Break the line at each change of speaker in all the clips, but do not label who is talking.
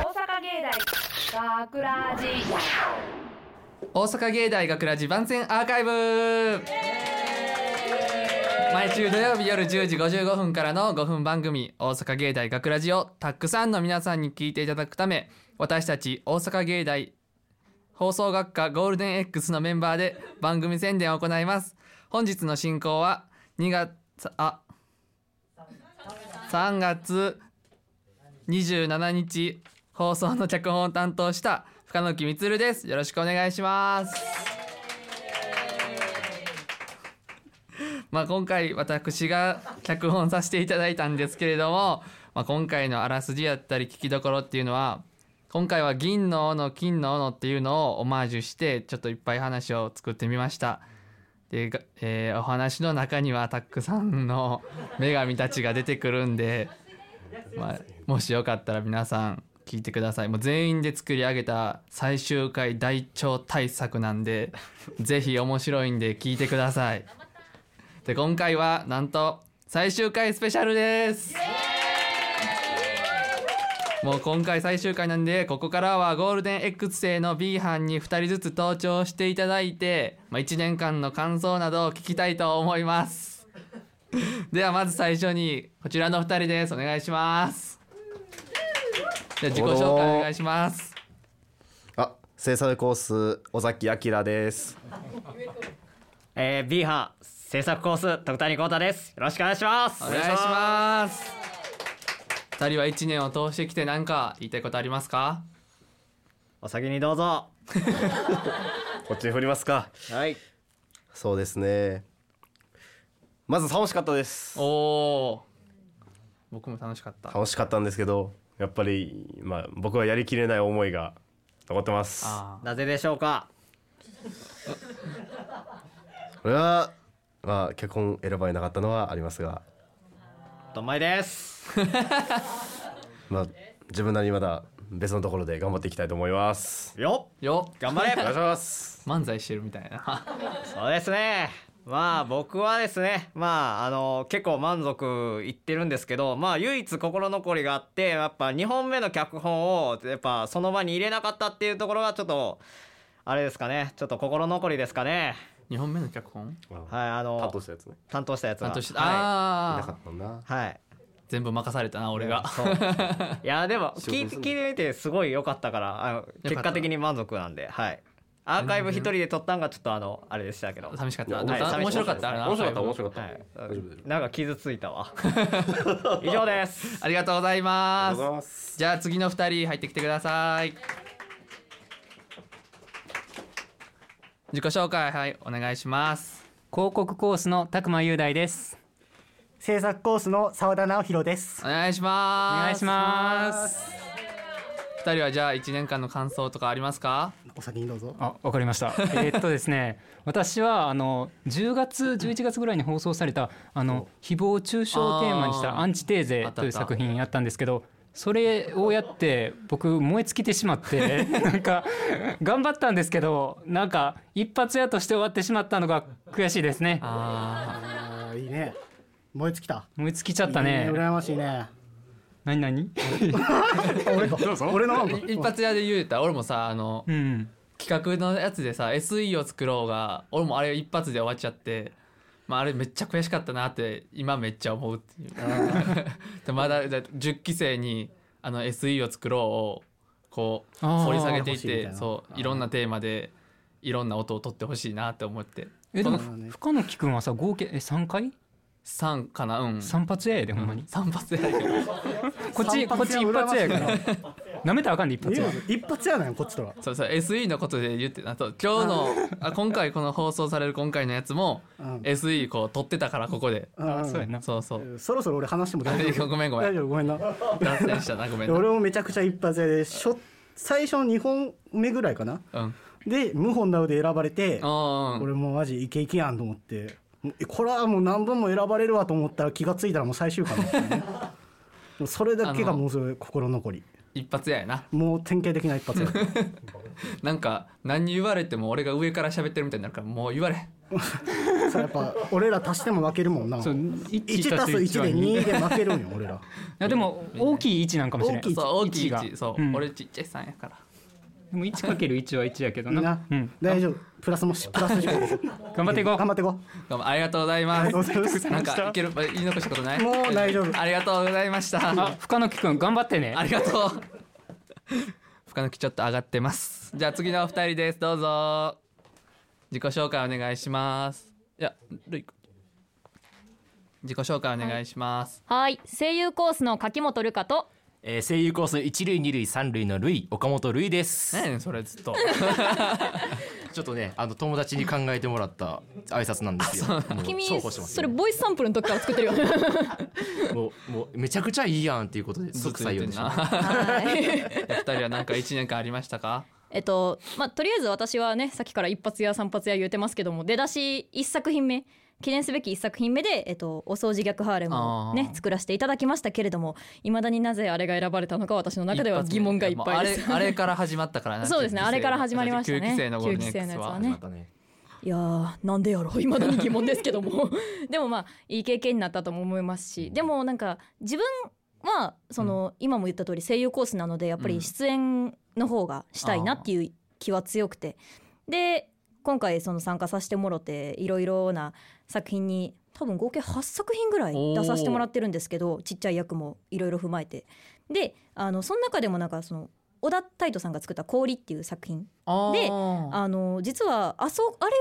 大学ラジ
大阪芸大学ラジ番宣アーカイブ毎週土曜日夜10時55分からの5分番組「大阪芸大学ラジをたくさんの皆さんに聞いていただくため私たち大阪芸大放送学科ゴールデン X のメンバーで番組宣伝を行います本日の進行は2月あ3月27日放送の脚本を担当した深野木充ですよろしくお願いしますまあ今回私が脚本させていただいたんですけれども、まあ、今回のあらすじやったり聞きどころっていうのは今回は銀の斧金の斧っていうのをオマージュしてちょっといっぱい話を作ってみましたで、がえーお話の中にはたくさんの女神たちが出てくるんで、まあ、もしよかったら皆さん聞いてくださいもう全員で作り上げた最終回大超大作なんでぜひ面白いんで聞いてくださいで今回はなんと最終回スペシャルですもう今回最終回なんでここからはゴールデン X 生の B 班に2人ずつ登頂していただいて、まあ、1年間の感想などを聞きたいと思います ではまず最初にこちらの2人ですお願いしますじゃあ自己紹介お願いします
あ、制作コース尾崎明です。
えー、B 班制作コース徳谷幸太ですよろしくお願いします
お願いします2人は1年を通してきて何か言いたいことありますか
お先にどうぞ
こっちに振りますか。
はい
そうですね。まず楽しかったです
お。お僕も楽しかった
楽しかったんですけど、やっぱりまあ僕はやりきれない思いが残ってます。
あ
なぜでしょうか
これはまあ結婚選ばれなかったのはありますが、
どんまいです
まあ自分なりにまだ別のところで頑張っていきたいと思います。
よ
ーよっ
頑張
お願いし
れ
ます。
漫才してるみたい な
そうですねまあ僕はですねまああの結構満足いってるんですけどまあ唯一心残りがあってやっぱ2本目の脚本をやっぱその場に入れなかったっていうところがちょっとあれですかねちょっと心残りですかね
2本目の脚本
は
は
い。
いあ
担
の
当したやつね。
担当したやつが
担当して、
は
な
あ
か
あ
ったな。
い、はい、
全部任されたな俺が
そうい やでも
仕事
聞い
す
て
る
聞
ん
い
だ
てみてすごい良かったからあの
た
結果的に満足なんではいアーカイブ一人で撮ったんがちょっとあのあれでしたけど、
寂しかった
いや
でも
はい
寂し
面白かったな
面白かった面白かった。
は
あ
い
りがとう
なんか傷ついた わ 以上です
ありがとうございま
ござい
す
ます。
じゃあ次の二人入ってきてください自己紹介はいお願いします
広告コースの拓磨雄大です
制作コースの澤田直弘です
お願いします
お願いします
二人はじゃあ一年間の感想とかありますか
お先にどう ぞ
あ、わかりました。えーっとですね、私はあの10月11月ぐらいに放送されたあの誹謗中傷をテーマにし
あー
たアンチテーゼという作品やったんですけど。それをやって僕燃え尽きてしまって なんか頑張ったんですけどなんか一発屋として終わってしまったのが悔しいですね
あ
あーいいね燃え尽きた
燃え尽きちゃった
いい
ね
羨ましいね
何何
俺か俺の番か
ー一発屋で言うたら俺もさあの
うん
企画のやつでさ SE を作ろうが俺もあれ一発で終わっちゃって、まあ、あれめっちゃ悔しかったなって今めっちゃ思うっていうで まだだ10期生にあの SE を作ろうをこう
あー
掘り下げていっ
欲しいみた
て
いな
そういろんなテーマでいろんな音を取ってほしいなって思って
えでも
そうだね
深野木君はさ合計え3回
3かなうん
3発屋やでほんまに
3発でやるけど
こっちこっち一発やからなめたらあかんで一発や
一発やねんこっちとは
そうそう SE のことで言ってなと今日のあ今回この放送される今回のやつも
うん
SE こう取ってたからここで
あ
そうやな
そうそう
そろそろ俺話しても大丈夫
ごめんごめん
大丈夫ごめんな
脱線したなごめんな
俺もめちゃくちゃ一発屋でしょ最初の2本目ぐらいかな
うん
で無本なので選ばれて
あ
俺もうマジイケイケやんと思ってもうえこれはもう何本も選ばれるわと思ったら気がついたらもう最終回だったねもうそれだけがもうすごい心残り
一発ややな
もう典型的な一発や
なんか何言われても俺が上から喋ってるみたいになるからもう言われん
そうやっぱ俺ら足しても負けるもんな
そう
1
1
足す1で
い
2で負けるんよ俺ら
やでも大きい1なんかもしれな
大
い
きい
そう大きい
が
1そう、
ん
俺ちっちゃい3やから
でも 1×1 は1やけどな
な
うん、
大丈夫プラスもしプラス10
頑張っていこう
頑張っていこ
どうもありがとうございます
ありがとうございました
なんかいける言い残したことない
もう大丈夫
ありがとうございました
あ深野木君頑張ってね
ありがとう。深野木ちょっと上がってます。じゃあ次のお二人です。どうぞ。自己紹介お願いします。いや、ルイ君。自己紹介お願いします。
はい声優コースの柿本瑠香と
えー声優コースの一類二類三類の類岡本類です
何やねんそれずっと。
ちょっとねあの友達に考えてもらった挨拶なんですよもう
君
重宝してます
それボイスサンプルの時から作ってるよ
もうもうめちゃくちゃいいやんっていうことで
ずっと
即
言っ
採用
てん
でし
な。
た
はい
お 二人はなんか一年間ありましたか。
えっとまあとりあえず私はねさっきから一発や三発や言うてますけども出だし一作品目記念すべき一作品目で、えっと、お掃除逆ハーレムをね
あー
作らせていただきましたけれどもいまだになぜあれが選ばれたのか私の中では疑問がいっぱいで
や
す
もうあれ、あれから始まったからな。
そうですねあれから始まりましたね
9期生のゴールデン X
九期生のやつは
は。
ね
またね
いやーなんでや ろいまだに疑問ですけどもでもまあいい経験になったとも思いますしでもなんか自分はその、今も言った通り声優コースなのでやっぱ
う
り
ん
出演の方がしたいなっていう気は強くて、で今回その参加させてもろていろいろな作品に多分合計8作品ぐらい出させてもらってるんですけどちっちゃい役もいろいろ踏まえてであのその中でもなんかその小田泰斗さんが作った「氷」っていう作品
あ
で
ー
あの実はあそあれを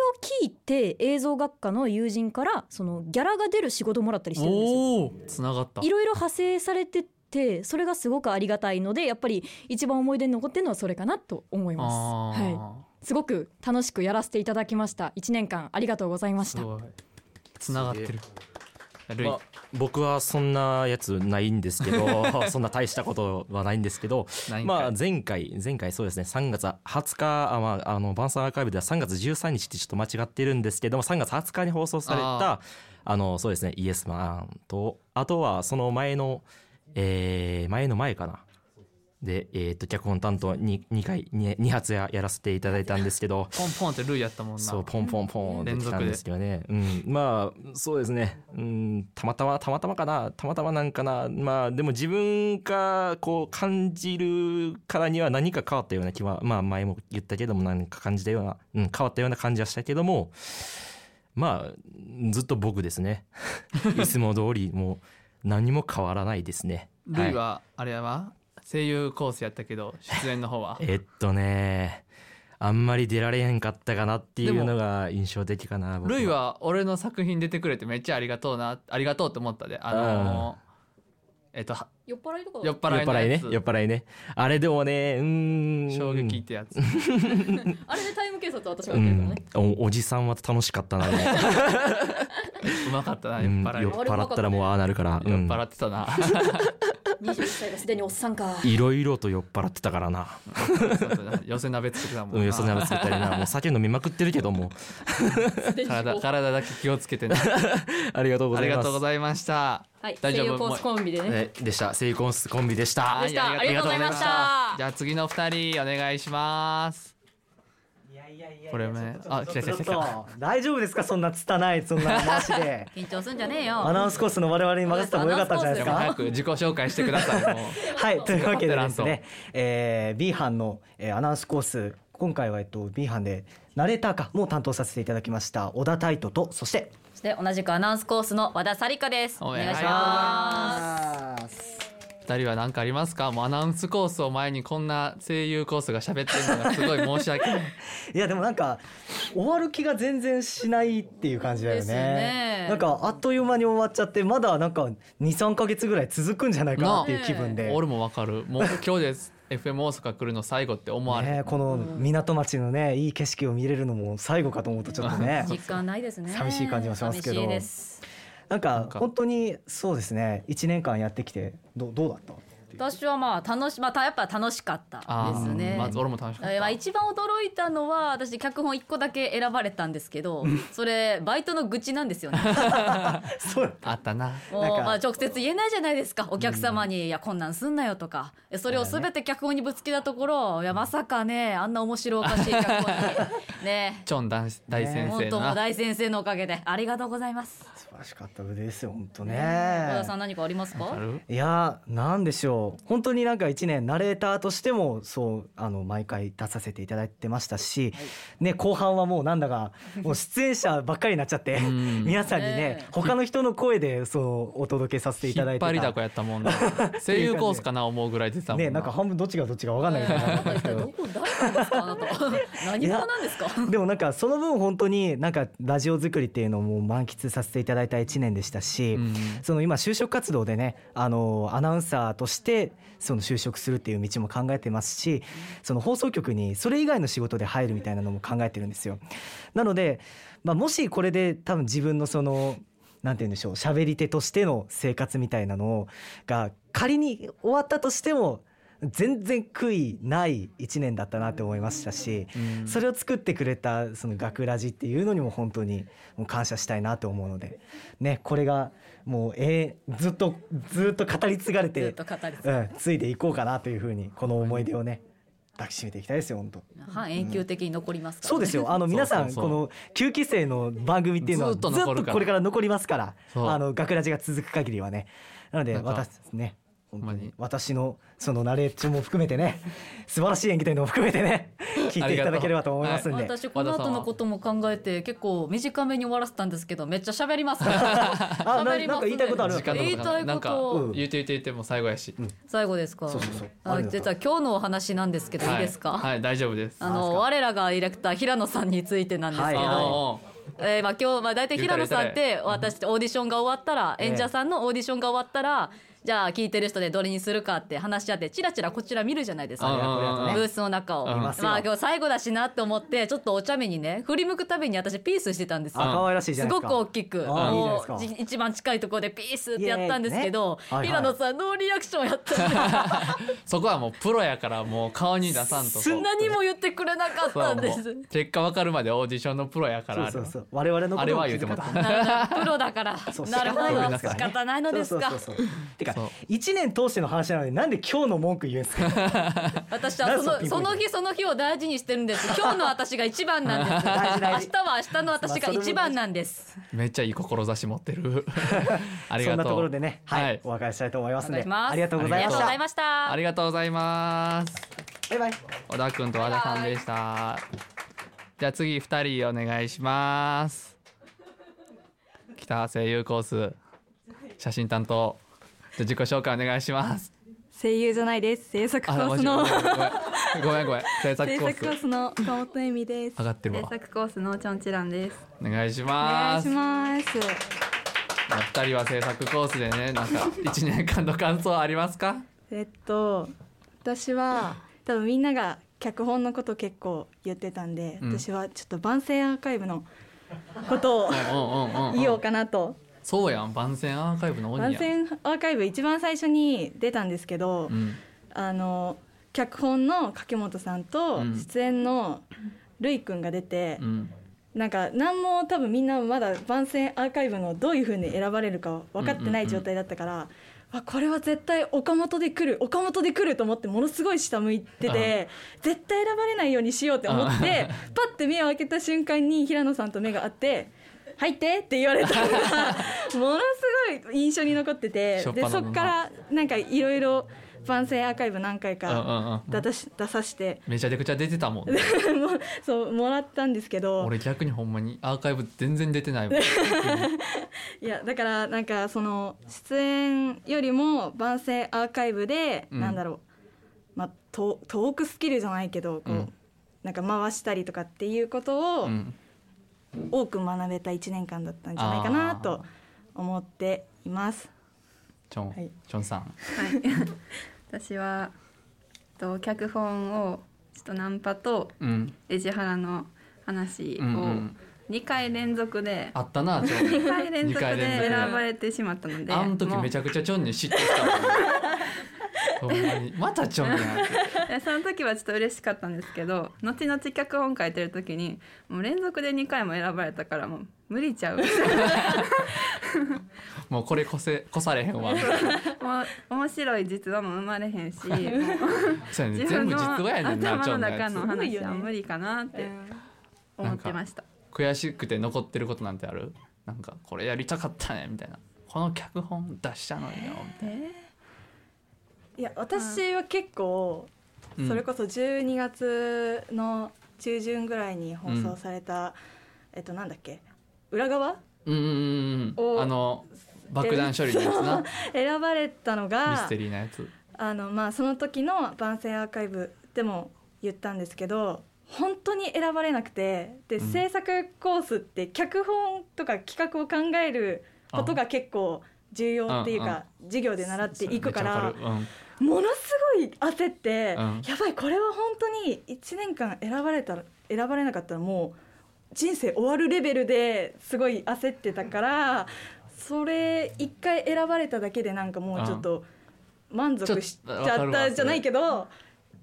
聞いて映像学科の友人からそのギャラが出る仕事もらったりしてるんですよ。
おお、繋がった
い。ろいろ派生されててそれがすごくありがたいのでやっぱり一番思い出に残ってるのはそれかなと思います。は
あ
い、すごく楽しくやらせていただきました1年間ありがとうございま
ー
し
す
た。
ごい。繋がってる。ルイ
まあ、僕はそんなやつないんですけ どそんな大したことはないんですけど
何か
まあ、前回前回そうですね3月20日あ、まあ、あのバンサーアーカイブでは3月13日ってちょっと間違ってるんですけども3月20日に放送されたあのそうですねイエスマンとあとはその前の、えー前の前かなで、えー、と脚本担当 2, 二回 2, 二発ややらせていただいたんですけど
ポンポンってルイやったもんな。
そうポンポンポンって
連
き
続
たんですけどね、うん、まあそうですね、うん、たまたまたまたまかなたまたまなんかなまあでも自分がこう感じるからには何か変わったような気はまあ前も言ったけども何か感じたような、うん、変わったような感じはしたけどもまあずっと僕ですねいつも通りもう何も変わらないですね。
ルイはあれは声優コースやったけど出演の方は
えっとねあんまり出られへんかったかなっていうのが印象的かな僕
ルイは俺の作品出てくれてめっちゃありがとうなありがとうって思ったであのーえっとは
酔っ払いとか
酔っ払
酔っ
いの
払い
や
ね
つ
酔っ払いねあれでもねうーん
衝撃ってやつ
あれでタイム警察私
う。んおおじさんは楽しかったな、でも
うまかったな
う
酔っ
ん酔っ
払い酔
払ったらもうああなるから、う
っ
ん
払ってたな
21歳がすでにおっさんか
いろいろと酔っ払ってたからな
寄せ鍋作ってたも
うんん
な
よそなつけたり なもう酒飲みまくってるけども
体体だけ気をつけてな
ありがとうご
あ
ざ
り
い
が
ま
と
す
うございました
はい
大丈夫
コンビで
えでしたセイコンスコンビでした
でした
はい
あり
じゃあ次の二人お願いしますこれねあ来た
ち
来た
ょっ
来
た
来た
と大丈夫ですかそんな拙いそん な話で
緊張すんじゃねえ
ア
よ
ナウンスコースの我々に任せた方が良かったんじゃない
で
です
も
か
早く自己紹介してくださいもう
はい、というわけでです
ペラン
ね、えー、B 班の、えーアナウンスコース、今回は、えっと、B 班でナレーターかも担当させていただきました小田泰斗とそして
そして同じくアナウンスコースの和田紗理香です。
お
お
め
願い
でと
し
うござい
ま
二人は何かありますかもうアナウンスコースを前にこんな声優コースが喋ってるのがすごい申し訳ない
いやでもなんか終わる気が全然しないっていう感じだよね
ですよね
なんかあっという間に終わっちゃってまだなんか23か月ぐらい続くんじゃ ないかなっていう気分で、
俺もわかるもう今日です FM 大阪来るの最後って思われ
ね
る、、
この港町のねいい景色を見れるのも最後かと思うとちょっとね
す。実感ないですね。
寂しい感じもしますけど
寂しいです。
なんか
か
本当にそうですね1年間やってきてどうどうだった
っていう
私はまあ楽しまたやっぱ楽しかった
あ
です
ー
ね。
まず俺も楽しかっ
えーまあ一番驚いたのは私脚本一個だけ選ばれたんですけ どそれバイトの愚痴なんですよね
た。あったな。
もう
なんか
まあ直接言えないじゃないですかお客様に「いやこんなんすんなよ」とかえそれを全て脚本にぶつけたところ「いやまさかねあんな面白おかしい脚本 にね
チョン大大先
本
生
当
の
もう
な。
大先生のおかげでありがとうございます
素晴らしかったですよ本当
小
ね
田さん何かありますか
ある
いやーなんでしょう本当になんか一年ナレーターとしてもそうあの毎回出させていただいてましたし、ね、後半はもうなんだかもう出演者ばっかりになっちゃって
ん
皆さんにね
ねえ
他の人の声でそうお届けさせてい
引
ただい
って
た
張りだこやったも んな。声優コースかな思うぐらい出てたもん
ね、なんか半分どっちがどっちか分かんないみたいな
あなた一体どこ誰なんですかあなた何者なんですか
でもなんかその分本当になんかラジオ作りっていうのも満喫させていただいた1年でしたし、
うん
その今就職活動でねあのアナウンサーとしてその就職するっていう道も考えてますしその放送局にそれ以外の仕事で入るみたいなのも考えてるんですよ。なので、まあ、もしこれで多分自分のそのなんて言うんでしょう喋り手としての生活みたいなのをが仮に終わったとしても全然悔いない1年だったなって思いましたし、それを作ってくれたその学ラジっていうのにも本当にもう感謝したいなと思うので、ね、これがもう、えーずっとずっと語り継がれ
ずってと、語り継
うん、ついでいこうかなというふうにこの思い出をね抱きしめていきたいですよ本当。
ぐ半永久的に残りますからね
そうですよ。あの皆さん
そうそう
こ
そ
の9期生の番組っていうのは
ず
ず
っ
っ
と
と
残るから
これから残りますから、
そう
あの学ラジが続く限りはね。なので
なんか
私ね。本当
ほんまに
に私のそのナレーションも含めて ね素晴らしい演技というのも含めてね聞いていただければと思いますんで
私この後のことも考えて結構短めに終わらせたんですけどめっちゃ喋りますから
あな
喋り
なん
ます
か言いたいことある
時間の
言いたい
なん
こ
か
と
うん
言って言って言ってもう最後やし。
最後ですか
そうそうそう
あ
ありがとう
実は今日のお話なんですけど、い、いですか、
はいはい大丈夫です。
あの我らがディレクター平野さんについてなんですけど、
はいはい
えーまあ、今日、まあ、大体平野さんっ
言
て私オーディションが終わったら
ええ
演者さんのオーディションが終わったらじゃあ聞いてる人でどれにするかって話し合ってチラチラこちら見るじゃないです
うんうんうんう
か
ん
ブースの中を
見
ま
ますよ
あ今日最後だしなと思ってちょっとお茶目にね振り向くたびに私ピースしてたんです
あ
よ。
可愛らしいじゃ
す
ない
ご
ですか
く大きく
あーいいじゃないですか
もうじ一番近いところでピースってやったんですけど、
イエーイねはいはい
平野さんノーリアクションやったんで
そこはもうプロやからもう顔に出さんとこう。
すんな
何も言ってくれなかっ
そう
たんで
も
す
う。結果わかるまでオーディションのプロやからあれは
そうそうそう我々のこと
あれは言
気
うて
遣
も
っ
ら
た
った。
プロだから
そう
なるほ
仕方ない
ど
ですから
仕方ないのですか
ねそうそうそうそうてか
そう
1年通しての話なのになんで今日の文句言うんですか
私はそ
なん
の
で
そ
その
の日その日を大事にしてるんです今日の私が一番なんです
大事大事
明日は明日の私が一番なんです
めっちゃいい志持って る。あり
そ
が
ん
とう。
なところでね、はい
はい
お別れしたいと思います
お
ん
願い
で
します
ありがとうご
あ
ざ
り
い
がとう
まし
ご
た
ざいました
ありがとうございます。
バイバイ
小田君と和田さんでした。じゃあ次二人お願いします。北声優コース写真担当。じゃあ自己紹介お願いします。
声優じゃないです制作コ
あ、
ー
マ
ス
ジ
の
ごめんごめんごめんごめん。制作
制
コ
作コー
ース。
スの岡本恵美です
上がってるわ
制作コースのチョンチランです
お願いし
お願
ま
いし
す。
ます
まあ二人は制作コースでね、なんか一年間の感想ありますか？
えっと私は多分みんなが脚本のこと結構言ってたんで、
うん
私はちょっと万世アーカイブのことを
うんうんうんうん。
言おうかなと
そうやん、番宣アーカイブの鬼
万
や。
世アーカイブ一番最初に出たんですけど、
うん。
あの脚本の掛本さんと
うん
出演のるいくんが出て、
うん。
なんか何も多分みんなまだ番宣アーカイブのどういうふうに選ばれるか分かってない状態だったから、わこれは絶対岡本で来る岡本で来ると思ってものすごい下向いてて絶対選ばれないようにしようって思ってパッて目を開けた瞬間に平野さんと目が合って「入って!」って言われた のがものすごい印象に残ってて
しょっぱ
で
なの
そ
な
っからなんかいろいろ番宣アーカイブ何回
うんうんうん
か出たし出させて
めちゃくちゃ出てたもん、ね、
もうそうもらったんですけど。
俺逆にほんまにアーカイブ全然出てないもん
いやだからなんかその出演よりも番宣アーカイブで、
うん
なんだろう、まあ、トトークスキルじゃないけどこう、
うん
なんか回したりとかっていうことを
うん
多く学べた1年間だったんじゃないかな
あー
と思っています。
チョン、
はい
チョンさん
はい、
私はえっと脚本をちょっとナンパと
うん
レジハラの話
うんう
を
ん
2回連続で
あったなチョン
2回連続
二回連
で
続で
選ばれてしまったので
あの時
もう
めちゃくちゃチョンに嫉妬したもんねほんまにまたちょんやん
で その時はちょっと嬉しかったんですけど後々脚本書いてる時にもう連続で2回も選ばれたからもう無理ちゃう
もうこれ越せ越されへんわ
もう面白い実話も生まれへんしもう
そうやね
自
全
分
部
の
実話やねんな
頭
ちょ
の
んのや
中
つ
の話は無理かなって思ってました
悔しくて残ってることなんてあるなんかこれやりたかったねみたいなこの脚本出したのよ
いや私は結構
うん
それこそ12月の中旬ぐらいに放送された、えっとなんだっけ裏側
うんうんうんうん
お
あの爆弾処理のやつな
選ばれたの
ミ
が
ステリーなやつ
あのまあその時の番宣アーカイブでも言ったんですけど本当に選ばれなくてで、
うん
制作コースって脚本とか企画を考えることが結構重要っていう
うんうん
か授業で習っていくか
め
ら
っちゃわかる
ものすごい焦って、
うん
やばいこれは本当に1年間選ばれたら選ばれなかったらもう人生終わるレベルですごい焦ってたからそれ一回選ばれただけでなんかもうちょっと満足しち
ちょっとわ
ゃ
か
っ
るわ
たじゃないけど。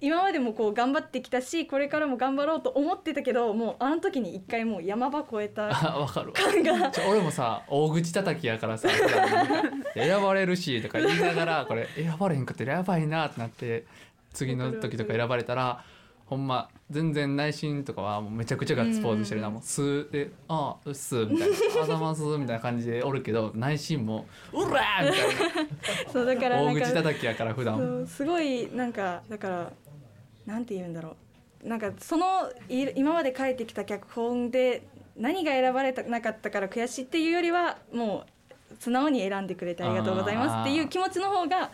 今までもこう頑張ってきたしこれからも頑張ろうと思ってたけどもうあの時に一回もう山場越え た
あわかるわちょ俺もさ大口叩きやからさ選ばれるしとか言いながらこれ選ばれへんかってやばいなってなって次の時とか選ばれたらほんま全然内心とかはもうめちゃくちゃガッツポーズしてるな、もう「すー」で「ああうっすー」みたいな「あざます」みたいな感じでおるけど内心も「うらー!」み
そうだ
た
か
い
ら
な
な
大
んか
口叩きやから普段
そうすごいなんかだからなんて言うんだろうなんかそのい今まで書いてきた脚本で何が選ばれたなかったから悔しいっていうよりはもう素直に選んでくれてありがとうございますっていう気持ちの方が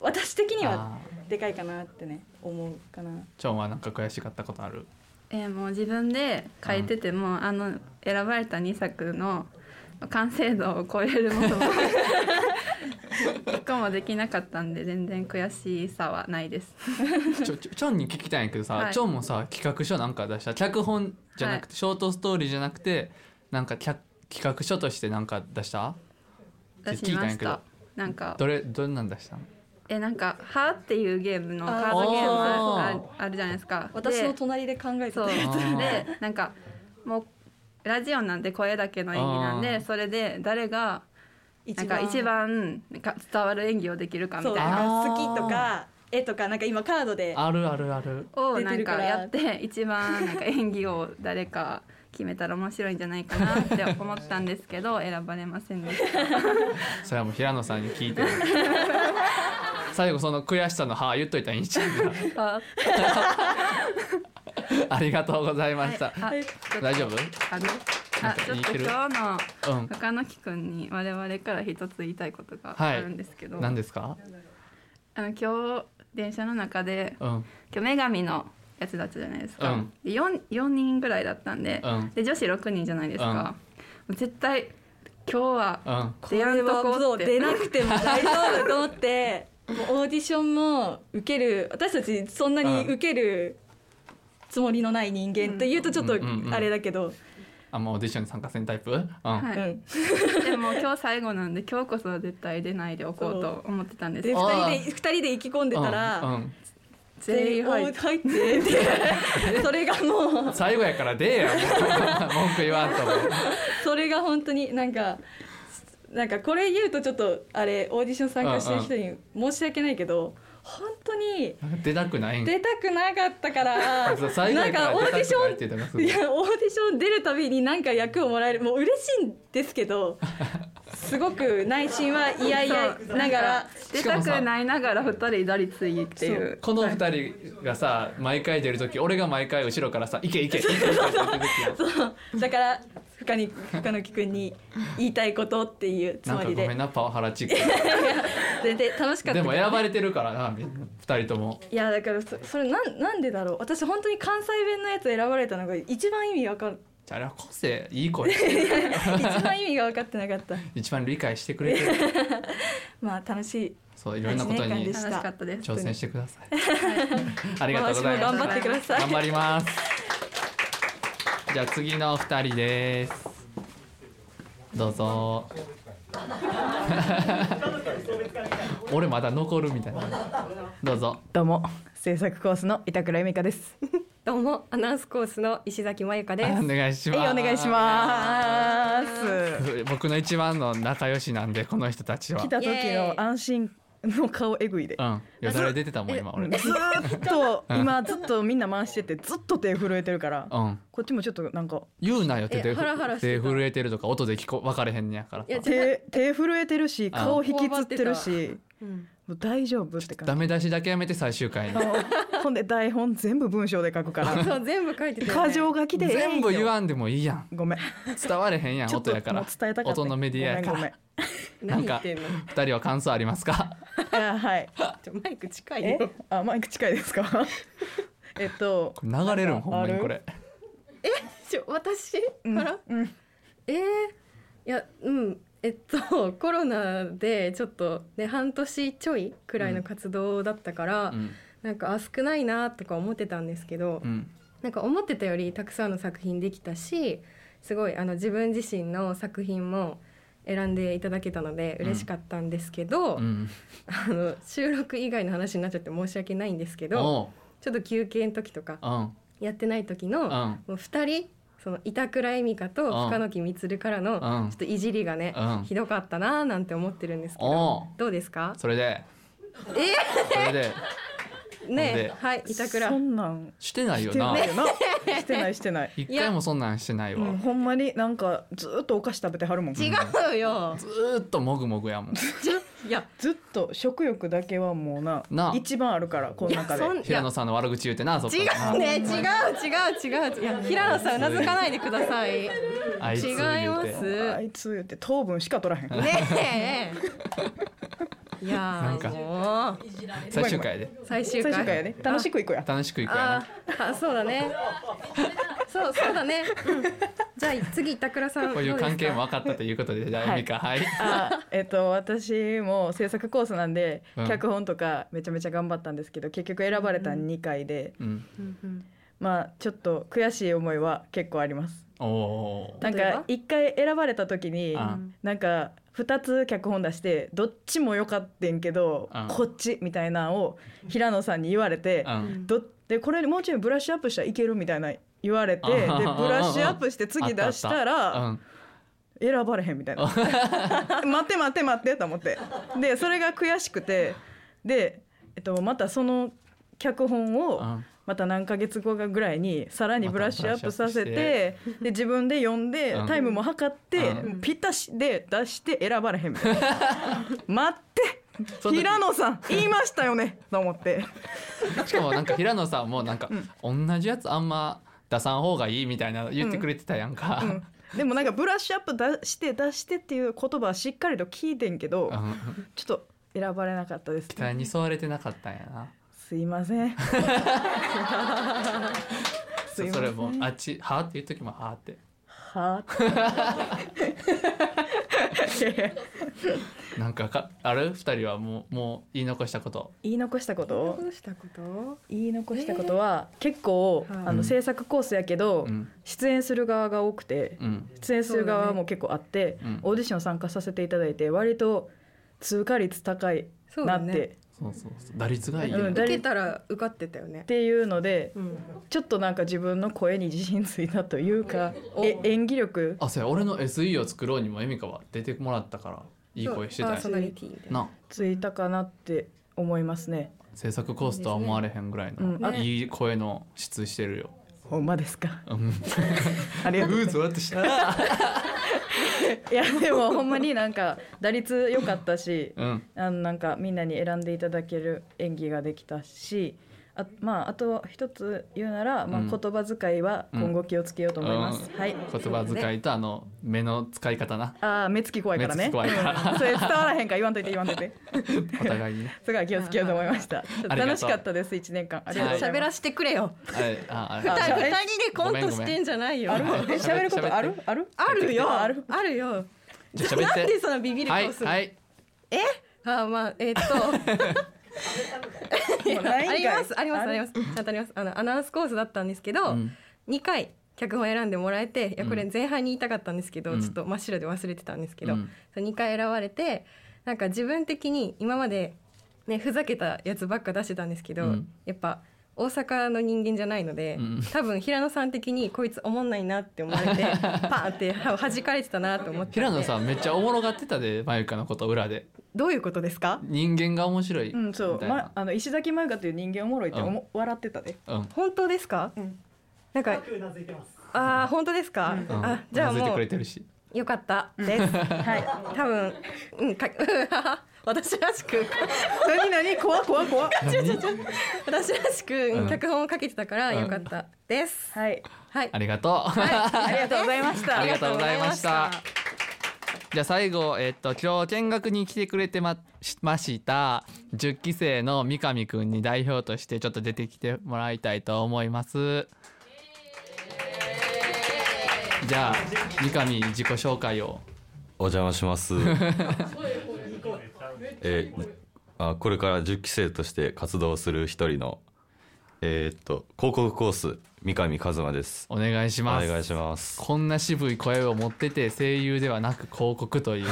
私的にはでかいかなってね思うかな。
ちょんはなんか悔しかったことある
えーもう自分で書いてても、あの選ばれた2作の完成度を超えるものも一個もできなかったんで全然悔しさはないです。
ちょちょちょんに聞きたいんやけどさ、
はい
ちょんもさ企画書なんか出した脚本じゃなくて、ショートストーリーじゃなくてなんか脚企画書としてなんか出した
出
って聞い
し
たん
ま
や
し
けど
た。なんか
どれどんなん出したの
えなんか「は」っていうゲームのカー
あー
ドゲーム
あ
あ
ー
るあるじゃないですか。
私の
で
隣で考えて
そ
た
う
やつ
でなんかもうラジオなんで声だけの演技なん
あ
で
ー
それで誰がなんか一番なんか伝わる演技をできるかみた
そ
いうな
だから好きとか絵とかなんか今カードで
あるあるある
を
出
な
て
ん
るか
からやって一番なんか演技を誰か決めたら面白いんじゃないかなって思ったんですけど選ばれませんで した。
それはもう平野さんに聞い て最後その悔しさの「はあ」言っといたらいいんちゃう
あ
ありがとうございました、
あちょっと
大丈夫
あのあちょっと今日
うん
の中野木くんに我々から一つ言いたいことが
は
あ
い
るんですけど、
何ですか
あの今日電車の中で
うん
今日女神のやつだったじゃないですか、
うん
で 4, 4人ぐらいだったんで,、
うん
で女子6人じゃないですか、もう絶対今日は
うん
こ
出
れ
やんと
は
こ
そう
って
出なくても大丈夫と思ってもうオーディションも受ける私たちそんなに受けるつもりのない人間というとちょっと
うんうんうん
あれだけど、
あんまオーディションに参加せんタイプうん、
はい、 でも今日最後なんで今日こそは絶対出ないでおこうと思ってたんです
で
けど
2人で二人で意気込んでたら、
うんうん
全員入って入ってでそれがもう
最後やからでえや もう文句言わんとも
それが本当になんかなんかこれ言うとちょっとあれオーディション参加してる人に申し訳ないけど、本当に
出たくないん
出たくなかったから
そう最後
な
や
ん
か
からオーディ
出
シ
たくない
ョ
って言ってます
ン いやオーディション出るたびになんか役をもらえるもう嬉しいんですけどすごく内心はいやいや
そう
なが
ん
ら
か出たくないながら2人打率いいっていう
この二人がさ毎回出る時俺が毎回後ろからさ「いけいけいけ」いけって言ってる時や
そうだから深に深野木君に言いたいことっていうつ
な
も
んか
り
ごめ
で
んなパワハラチッ
全然楽しか
ク
っ
で
た
も選ばれてるからなみんな二人とも
いやだからそそれなんなんでだろう私本当に関西弁のやつ選ばれたのが一番意味わかん
じゃああれは個性いい声
一番意味が分かってなか った
一番理解してくれてる
まあ楽しい
そういろんなことに
楽しか
ったです
挑戦してくださいありがとうございます
私も頑張ってください
頑張りますじゃあ次の二人ですどうぞ俺まだ残るみたいなどうぞ
どうも制作コースの板倉由美香です。。
どうもアナウンスコースの石崎まゆかです。
お願いします
はいお願いします
僕の一番の仲良しなんでこの人たちは
来た時の安心の顔えぐいで。
うんよだれ出てたもん今俺
ずーっと今ずっとみんな回しててずっと手震えてるから、
うん
こっちもちょっとなんか
言うなよ手
えハラハラして
手
た
震えてるとか音で聞こ分かれへんねやから
手手震えてるし顔引きつってるしもう大丈夫って
ダ
感
メ出しだけやめて最終回に
じ。ほんで台本全部文章で書くから。
そう全部書いてたよね
過剰書きでええんよ
全部言わんでもいいやん
ごめん
伝われへんやん
ちょっ
音
と
やから
もう伝えたかった
音のメディアやか
ごめん
らなん
何
か
言ってんの
二人は感想ありますか
あはい
じゃマイク近
えあマイク近いですか えっと
流れるんほんま
あ
に
る
これ
えちょ私から、えーいやうんえっと コロナでちょっとね半年ちょいくらいの活動だったから、なんかあ少ないなとか思ってたんですけど、なんか思ってたよりたくさんの作品できたしすごいあの自分自身の作品も選んでいただけたので
うん
嬉しかったんですけど、
うん
あの収録以外の話になっちゃって申し訳ないんですけ
おう
どちょっと休憩の時とか
うん
やってない時の、
うん
もう2人その板倉恵美香
うん
と深野木充からの
うん
ちょっといじりがね、
うん
ひどかったなーなんて思ってるんですけ
おう
どどうですか
それでそ
え
れで
ー、
ほん
ね
で
えはい板倉
そんなん
してないよな
してないしてないしてない
一回もそんなんしてないわ
うんほんまになんかずーっとお菓子食べてはるもん
うよ
ずーっともぐもぐやもん
いや
ずっと食欲だけはもうな
なあ
一番あるからこの中で
平野さんの悪口言うてなそっ
違
から
うね違う違う違ういや平野さんうなずかないでください違い
あいつ言うて
ます
あいつ言って糖分しか取らへん
ね えい
な
や
んか
もう
最終回で
最終回
最終回やね楽しくいこうや
楽しくいくやな
あーあそうだねそうそうだね、うんじゃあ次板倉さん
こういう
ど
関
ですか
係も分かったということでじゃあ
は
エ
い
ミカ はい
あえっと私も制作コースなんで、
うん
脚本とかめちゃめちゃ頑張ったんですけど結局選ばれた2回で、
うん
まあちょっと悔しい思いは結構あります
おお
なん
例えば
か1回選ばれた時に
うん
なんか2つ脚本出してどっちも良かってんけど
うん
こっちみたいなのを平野さんに言われて
うん
どでこれにもうちょいブラッシュアップしたらいけるみたいな言われて
うん
で
うん
ブ
うんうん
ラッシュアップして次出した
あったあ
ら
った
選ばれへんみ たいな待って待って待ってと思ってでそれが悔しくてで、えっと、またその脚本を
うん
また何ヶ月後ぐらいにさらにブラッシュアップさせ
またブラッ
てで自分で読んで
うん
タイムも測って、
うん
ピタシで出して選ばれへんみたい な待って
んな
平野さん言いましたよねと思 って
うんしかもなんか平野さんもなんか同じやつあんま出さん方がいいみたいな言ってくれてたやんか
でもなんかブラッシュアップ出して出してっていう言葉はしっかりと聞いてんけど
うん
ちょっと選ばれなかったです
期待に
ね
沿われてなかったんやな
すいませんすいません
それもあっち「は?」って言う時も「は?」って
は
なんかかある二人はもうもう言い残したこと
言い残したこと
どうしたこと
言い残したことは結構、
はい
あ
う
の
ん
制作コースやけど、
うん
出演する側が多くて、
うん
出演する側も結構あって、
うん
オーディション参加させていただいて割と通過率高い
そう
な
だ
っ
ね
て、
そうそうそう打率がいい
うん
受けたら受かってたよね
っていうので、ちょっとなんか自分の声に自信ついたというか、え演技力
あそうや俺の SE を作ろうにもエミカは出てもらったからいい声してた
パーソナリ
や
ティみた
んな
ついたかなって思いますね。
制作コースとは思われへんぐらいの、
うんあ
いい声の質してるよ。
ほんまですか。
うん
ありがとうございます
うーってした。
いやでもほんまになんか打率良かったし、
うん
あのなんかみんなに選んでいただける演技ができたしあ,、まあ、あと一つ言うなら、まあ、
うん
言葉遣いは今後気をつけようと思います、
うん
はい
言葉遣いとあの目の使い方な。
ああ目つき怖いからね
目つき怖いから
うんそれ伝わらへんから言わんといて言わんといて
お互 いにね。
すごい気をつけようと思いま した
とう
楽しかったです一年間ありがとうございま
喋
す
らせてくれよ
あれあ
二人
あ
二人でコントしてんじゃないよ
ごめんごめんあるえ喋ることある
ある
あるよ
あ
あるよ
じゃあ喋って
なんでそのビビる
は
顔
い
するの
はい。
えあまあえーっといや
ないんか
あ
い
りますあります
ある
ありますちゃんとありますあのアナウンスコースだったんですけど、2回脚本選んでもらえていやこれ
うん
前半に言いたかったんですけど、
うん
ちょっと真っ白で忘れてたんですけど、
うん
2回選ばれてなんか自分的に今までね、ふざけたやつばっか出してたんですけど、
うん
やっぱ大阪の人間じゃないので、
うん
多分平野さん的にこいつおもんないなって思わ れてパーって多分弾かれてたなと思って
平野さんめっちゃおもろがってたでまゆかのこと裏で
どういうことですか
人間が面白い
うん、そう
み、たいな
ま、あの石崎まゆかという人間おもろいっておも、笑ってたで。
うん
本当ですか、なんか ああ本当ですか、
うん
あじゃあ
うなずいて
も
くれ
う
てるし
よかったです、はい多分うんか 私らしく
何何怖 怖怖
違う違う違う私らしく
うん
脚本をかけてたからよかったです、
はい
はい
ありがとう、
はい、ありがとうございました。
ありがとうございました。じゃあ最後、えっと、今日見学に来てくれてましました10期生の三上くんに代表としてちょっと出てきてもらいたいと思います。じゃあ三上自己紹介を。
お邪魔します。えーあこれから10期生として活動する一人のえーっと広告コース三上和馬です。
お願いします
お願いします。
こんな渋い声を持ってて声優ではなく広告と いう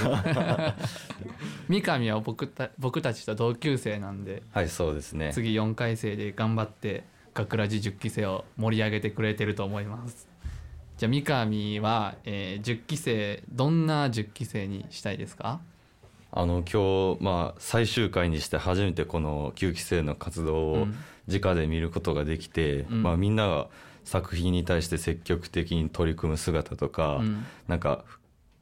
三上は僕た僕たちと同級生なんで
はいそうですね。
次4回生で頑張って学ラジ10期生を盛り上げてくれてると思いますじゃあ三上は、えー10期生どんな10期生にしたいですか
あの今日まあ最終回にして初めてこの9期生の活動
う
を
ん
直で見ることができて、
うん
まあみんなが作品に対して積極的に取り組む姿とか、
うん
なんか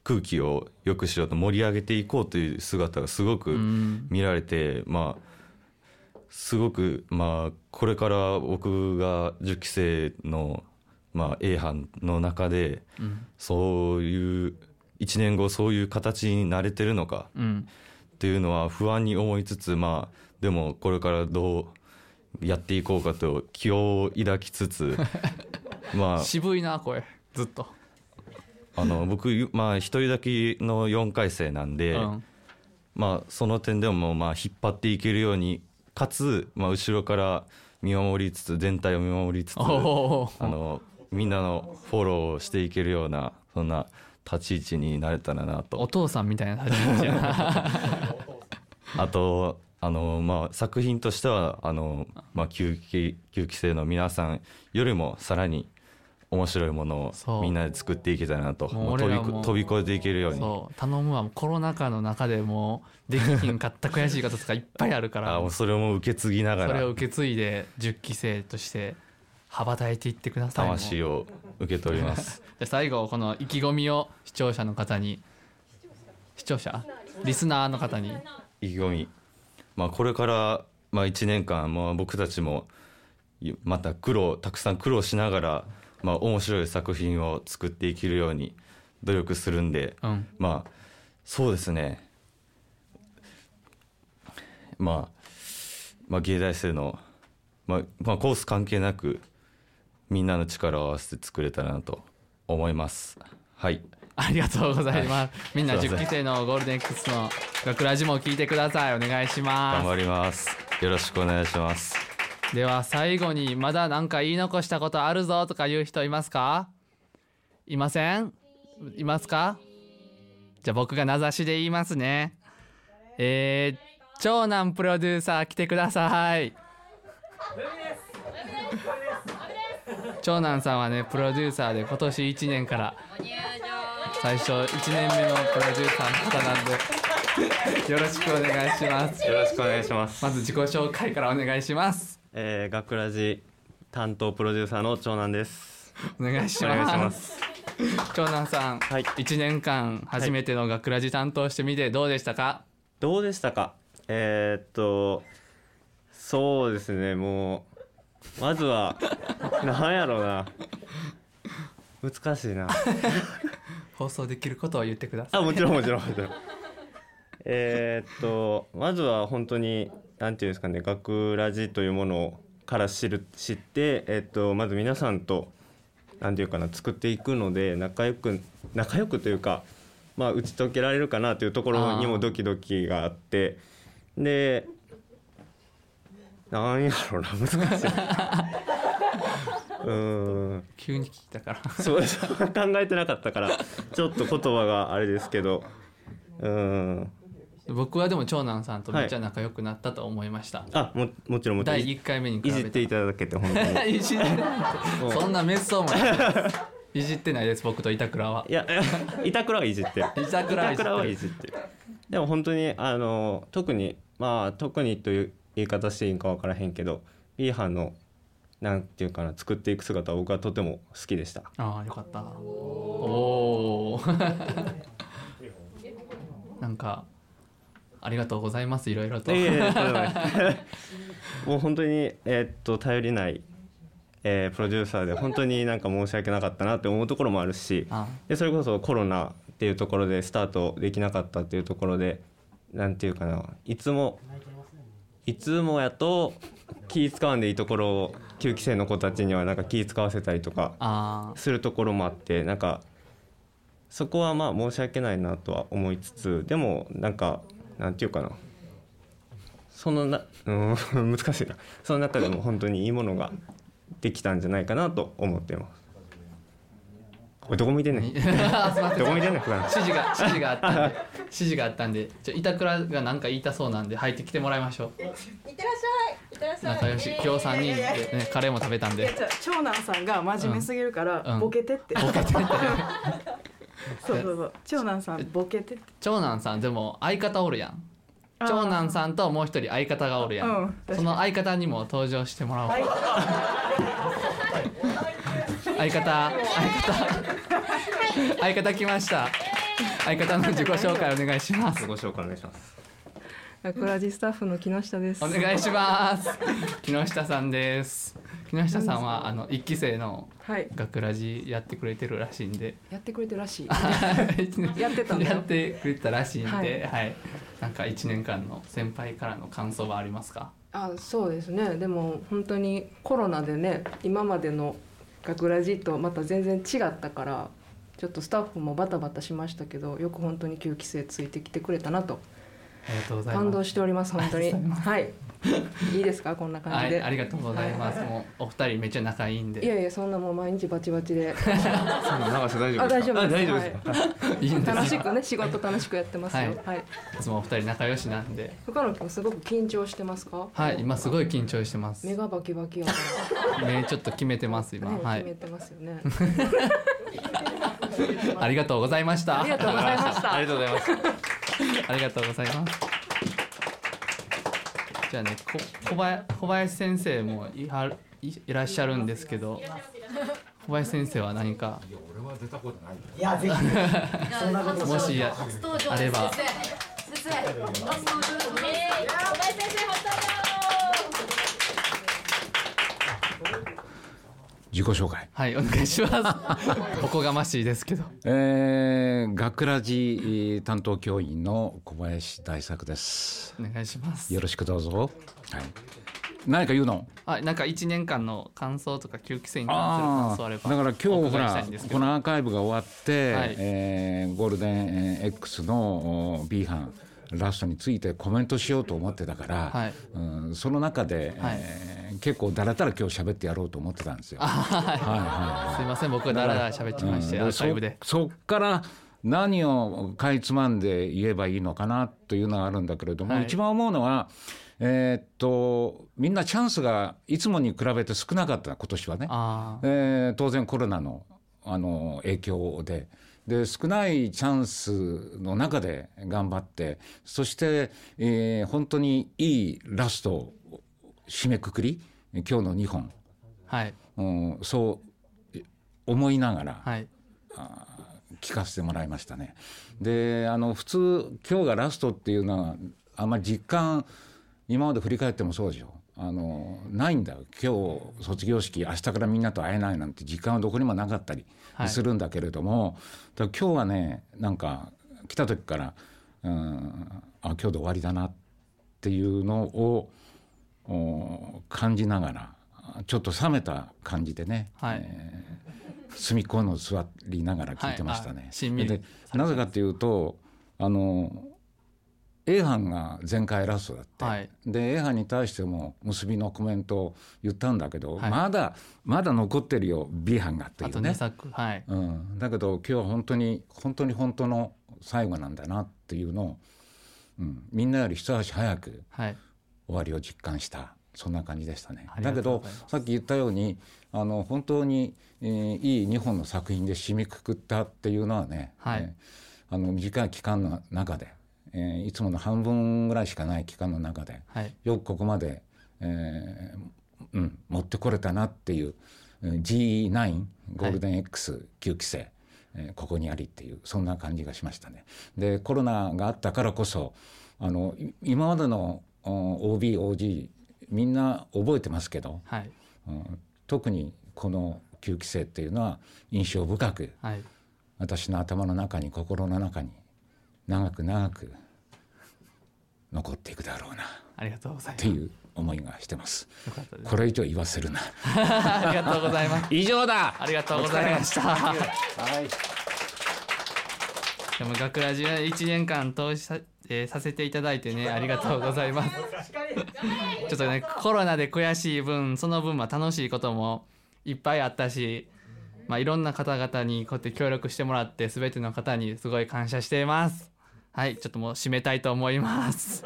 空気を良くしようと盛り上げていこうという姿がすごく
うん
見られて、まあすごくまあこれから僕が10期生のまあ A 班の中で
うん
そういう1年後そういう形に慣れてるのか
うん
っていうのは不安に思いつつまあでもこれからどうやっていこうかと気を抱き つつま
渋いな声ずっと
ああの僕まあ一人だけの4回生なんで、
うん
まあその点でもまあ引っ張っていけるようにかつ、まあ、後ろから見守りつつ全体を見守りつつあ
おー
のみんなのフォローをしていけるようなそんな立ち位置になれたらなと
お父さんみたいな立 ち位置やな
あとあの、まあ、作品としてはあの、まあ、9, 期9期生の皆さんよりもさらに面白いもの
そう
をみんなで作っていけたらなと
もう
もう飛
俺
び
ら
こ
も
飛び越えていけるように
そう頼むわもうコロナ禍の中でもうできひんかった悔しいこととかいっぱいあるから
あもうそれも受け継ぎなが
それを
ら
受け継いで10期生として羽ばたいていってくださいもう
魂を受け取ります
じゃあ最後この意気込みを視聴者の方に視聴者リスナーの方に
意気込み、まあ、これから、まあ、1年間、まあ、僕たちもいまた苦労たくさん苦労しながら、まあ、面白い作品を作っていけるように努力するんで、
うん
まあそうですねまあ、まあ芸大生の、まあまあ、コース関係なくみんなの力を合わせて作れたらなと思いますはい
ありがとうございます、
はい
みんな
すいま
10
せん
期生のゴールデン X の学ラジも聞いてくださいお願いします
頑張りますよろしくお願いします
では最後にまだ何か言い残したことあるぞとか言う人いますかいませんいますかじゃあ僕が名指しで言いますねえー、長男プロデューサー来てください長男さんはねプロデューサーで今年1年から最初1年目のプロデューサーの方なんでよろしくお願いします
よろしくお願いします
まず自己紹介からお願いします
えー、学ラジ担当プロデューサーの長男です
お願いします
お願いします
長男さん、一年間初めての学ラジ担当してみてどうでしたか、
どうでしたかえー、っとそうですねもうまずはなんやろうな難しいな
放送できることを言ってください
あもちろんもちろんもちろん えーっとまずは本当になんていうんですかね学ラジというものから知る知って、えーっとまず皆さんとなんていうかな作っていくので仲良く仲良くというか、まあ、打ち解けられるかなというところにもドキドキがあってでなんやろうな難しいうー ん
急に聞いたから
そうそう考えてなかったからちょっと言葉があれですけどうーん
僕はでも長男さんとめっちゃ仲良くなったと思いました、
あももちろんもちろん
第1回目に比
いじ
べ
ってていただけて本当に
いじってないそんな滅相もないいじってないです僕と板倉はい
や 板倉はいじってる
板倉はいじってる
はいじってるでも本当にあの特にまあ特にという言い方していいんか分からへんけど B 班のなんていうかな作っていく姿は僕はとても好きでした
ああよかったおおー なんかありがとうございますいろいろと
いや いやとんでもないもう本当にえーっと頼りない、えープロデューサーで本当になんか申し訳なかったなって思うところもあるしでそれこそコロナっていうところでスタートできなかったっていうところでなんていうかないつもいつもやと気使わんでいいところを9期生の子たちにはなんか気使わせたりと
か
するところもあってなんかそこはまあ申し訳ないなとは思いつつでもなんかなんていうかなそのな、うん、 難しいなその中でも本当にいいものができたんじゃないかなと思ってます。おいどこ見てんねん
あすいません
どこ見てんねん普段
指示が指示があったんで指示があったんでじゃあ板倉が何か言いたそうなんで入ってきてもらいましょ
いってらっ
う
しゃい。
仲良し今日3人で、
いやいやいや
ね、カレーも食べたん
いや
で
じゃあ長男さんが真面目すぎるから、
うん
ボケてって。
ボケて
そうそうそう。長男さんボケてって。
長男さんでも相方おるやん
あー
長男さんともう一人相方がおるやん、
うん確かに
その相方にも登場してもらおう相方相方相方来ました相方の自己紹介お願いします
自己紹介お願いします
ラクラジスタッフの木下です。
お願いします。木下さんです木下さんはあの一期生の
はい
学ラジやってくれてるらしいんで、
やってくれてるらし い。やってたんだ
や
よ
っ。てくれたらしいんで、は、
はいい
なんか一年間の先輩からの感想はありますか？
あそうですねでも本当にコロナでね今までの学ラジとまた全然違ったからちょっとスタッフもバタバタしましたけどよく本当に9期生ついてきてくれたなと
ありがとうござい
感
ま
動
す。
しております本当にはいいいですかこんな感
は
じ
い、
で、
ありがとうございます。もうお二人めっちゃ仲いいんで。
いやいやそんなもう毎日バチバ チ
長
で
瀬大
あ大丈夫です
いいんですよ
楽しくね仕事楽しくやってますよ
はい
はい、
いつもお二人仲良しなんで。
深野君すごく緊張してますか
はい、今すごい緊張してます。
目がバキバキやか
目ちょっと決めてます
ら
今。
ね
は
決め
い。
てますよね、
ありがとうございました。
ありがとうございました
ありがとうございます。ありがとうございます。じゃあね、こ小林小林先生もいはいいらっしゃるんですけど、小林先生は何か
俺は出たことない
いやぜひそんなこと もしや
初登場
あれば
先生先生初登場
自己紹介
はいお願い します。おこがましいですけど。
えー、学ラジえー担当教員の小林大作です
お願いします
よろしくどうぞはい何か言うの
あ、なんか一年間の感想とか休期生に関する
あ
感想あれ
あ
ば。
だか
お
ら今日ほ
伺いした
ら
いんですけど
このアーカイブが終わって、
はい
えーゴールデンえー X のお B 班ラストについてコメントしようと思ってたから、うん、その中で、えー結構だらだら今日喋ってやろうと思ってたんですよ。はいはい
すいません、僕はだらだら喋っちゃいまして、
うん
アーカイブで。
そそっから何をかいつまんで言えばいいのかなというのがあるんだけれども、
はい
一番思うのは、えーっとみんなチャンスがいつもに比べて少なかった今年はね、えー当然コロナのあの影響で。で少ないチャンスの中で頑張ってそして、えー本当にいいラストを締めくくり今日の2本、
はい
うん、そう思いながら、
はい、
聞かせてもらいましたね。であの普通今日がラストっていうのはあんまり実感今まで振り返ってもそうでしょあのないんだよ今日卒業式明日からみんなと会えないなんて実感はどこにもなかったり
はい
するんだけれども、だから今日はねなんか来た時からうんあ今日で終わりだなっていうのをお感じながらちょっと冷めた感じでね、えー隅っこの座りながら聞いてましたね。
はいあしんみり
でなぜかというとあの A 班が前回ラストだって、で A 班に対しても結びのコメントを言ったんだけど、
はい
まだまだ残ってるよ B 班がってい
あ
うね
と二作、はい。
うん、だけど今日は本当に本当に本当の最後なんだなっていうのをうん、みんなより一足早く終わりを実感したそんな感じでしたね。
りが
だ
と
け
うご
ど
ざいます
さっき言ったようにあの本当に、えーいい2本の作品で締めくくったっていうのはね、えーあの短い期間の中で、えーいつもの半分ぐらいしかない期間の中で、
はい
よくここまで、えーうん、持ってこれたなっていうえー G9 ゴールデン X9 期生、えーここにありっていうそんな感じがしましたね。でコロナがあったからこそあのい今までの OBOG みんな覚えてますけど、
はい
うん特にこの9期生っていうのは印象深く、
はい
私の頭の中に心の中に長く長く残っていくだろうな
ありがとうござい
っ
ます
ていう思いがしてます。
です
これ以上言わせるな。
ありがとうございます。
以上だ。
ありがとうございました。
お疲れ様で
はい。 でも学ラジは一年間投資さ、えーさせていただいて ねありがとうござい ます。ちょっとねコロナで悔しい分その分は楽しいこともいっぱいあったし、まあいろんな方々にこうやって協力してもらってすべての方にすごい感謝しています。はい、ちょっともう締めたいと思います。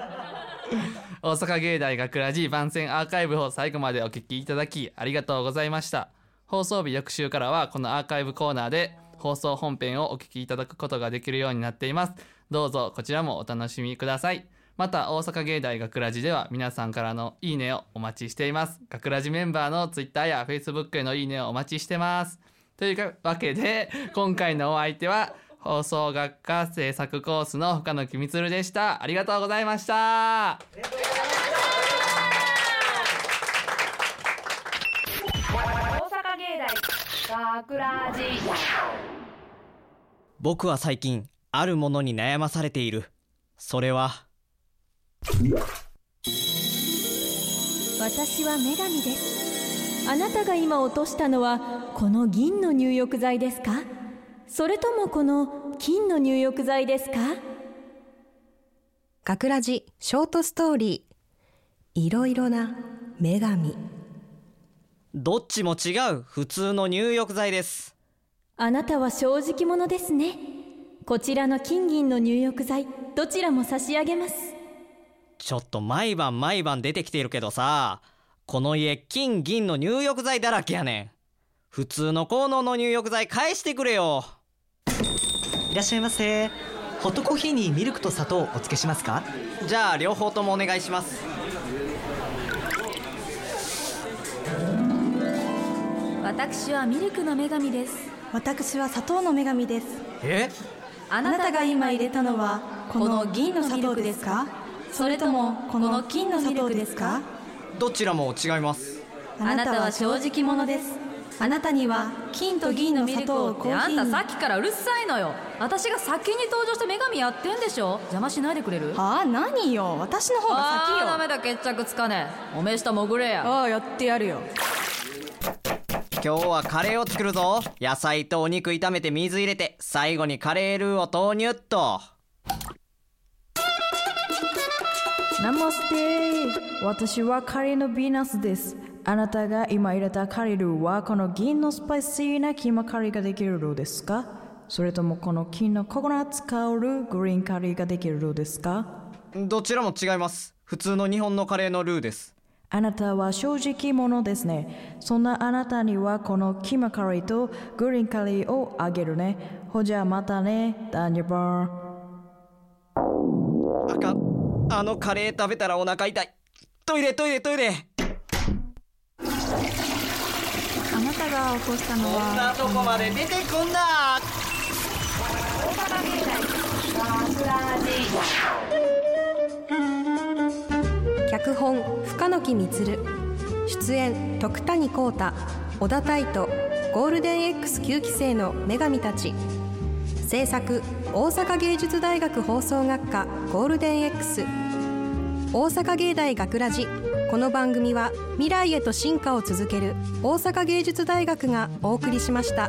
大阪芸大学ラジ番宣アーカイブを最後までお聞きいただきありがとうございました放送日翌週からはこのアーカイブコーナーで放送本編をお聞きいただくことができるようになっていますどうぞこちらもお楽しみくださいまた大阪芸大学ラジでは皆さんからのいいねをお待ちしています学ラジメンバーのツイッターやフェイスブックへのいいねをお待ちしてますというわけで今回のお相手は放送学科制作コースの深野木充でしたありがとうございました
大阪芸大学ラジ
僕は最近あるものに悩まされているそれは
私は女神ですあなたが今落としたのはこの銀の入浴剤ですかそれともこの金の入浴剤ですか
学ラジショートストーリーいろいろな女神
どっちも違う普通の入浴剤です
あなたは正直者ですねこちらの金銀の入浴剤どちらも差し上げます
ちょっと毎晩毎晩出てきているけどさこの家金銀の入浴剤だらけやねん普通の効能の入浴剤返してくれよ
いらっしゃいませホットコーヒーにミルクと砂糖お付けしますか
じゃあ両方ともお願いします
私はミルクの女神です私は砂糖の女神です
え
あなたが今入れたのはこの銀の砂糖ですかそれともこの金の砂糖ですか
どちらも違います
あなたは正直者ですあなたには金と銀の砂糖をコーヒーに
あんたさっきからうるさいのよ私が先に登場して女神やってんでしょ邪魔しないでくれる
ああ何よ私の方が先よ
あーダメだ決着つかねえおめえ下潜れや
ああやってやるよ
今日はカレーを作るぞ野菜とお肉炒めて水入れて最後にカレールーを投入っと
ナマステ私はカレーのヴィーナスですあなたが今入れたカレールーはこの銀のスパイシーなキマカレーができるルーですかそれともこの金のココナッツ香るグリーンカレーができるルーですか
どちらも違います普通の日本のカレーのルーです
あなたは正直者ですね。そんなあなたにはこのキマカレーとグリーンカレーをあげるね。ほじゃまたね、ダンジャバー。
あかんあのカレー食べたらお腹痛いトイレトイレトイレ
あなたが起こしたのは
こんなとこまで出てくんな
脚本深野木充出演徳谷幸太小田泰斗ゴールデン X9 期生の女神たち制作大阪芸術大学放送学科ゴールデン X 大阪芸大学ラジこの番組は未来へと進化を続ける大阪芸術大学がお送りしました。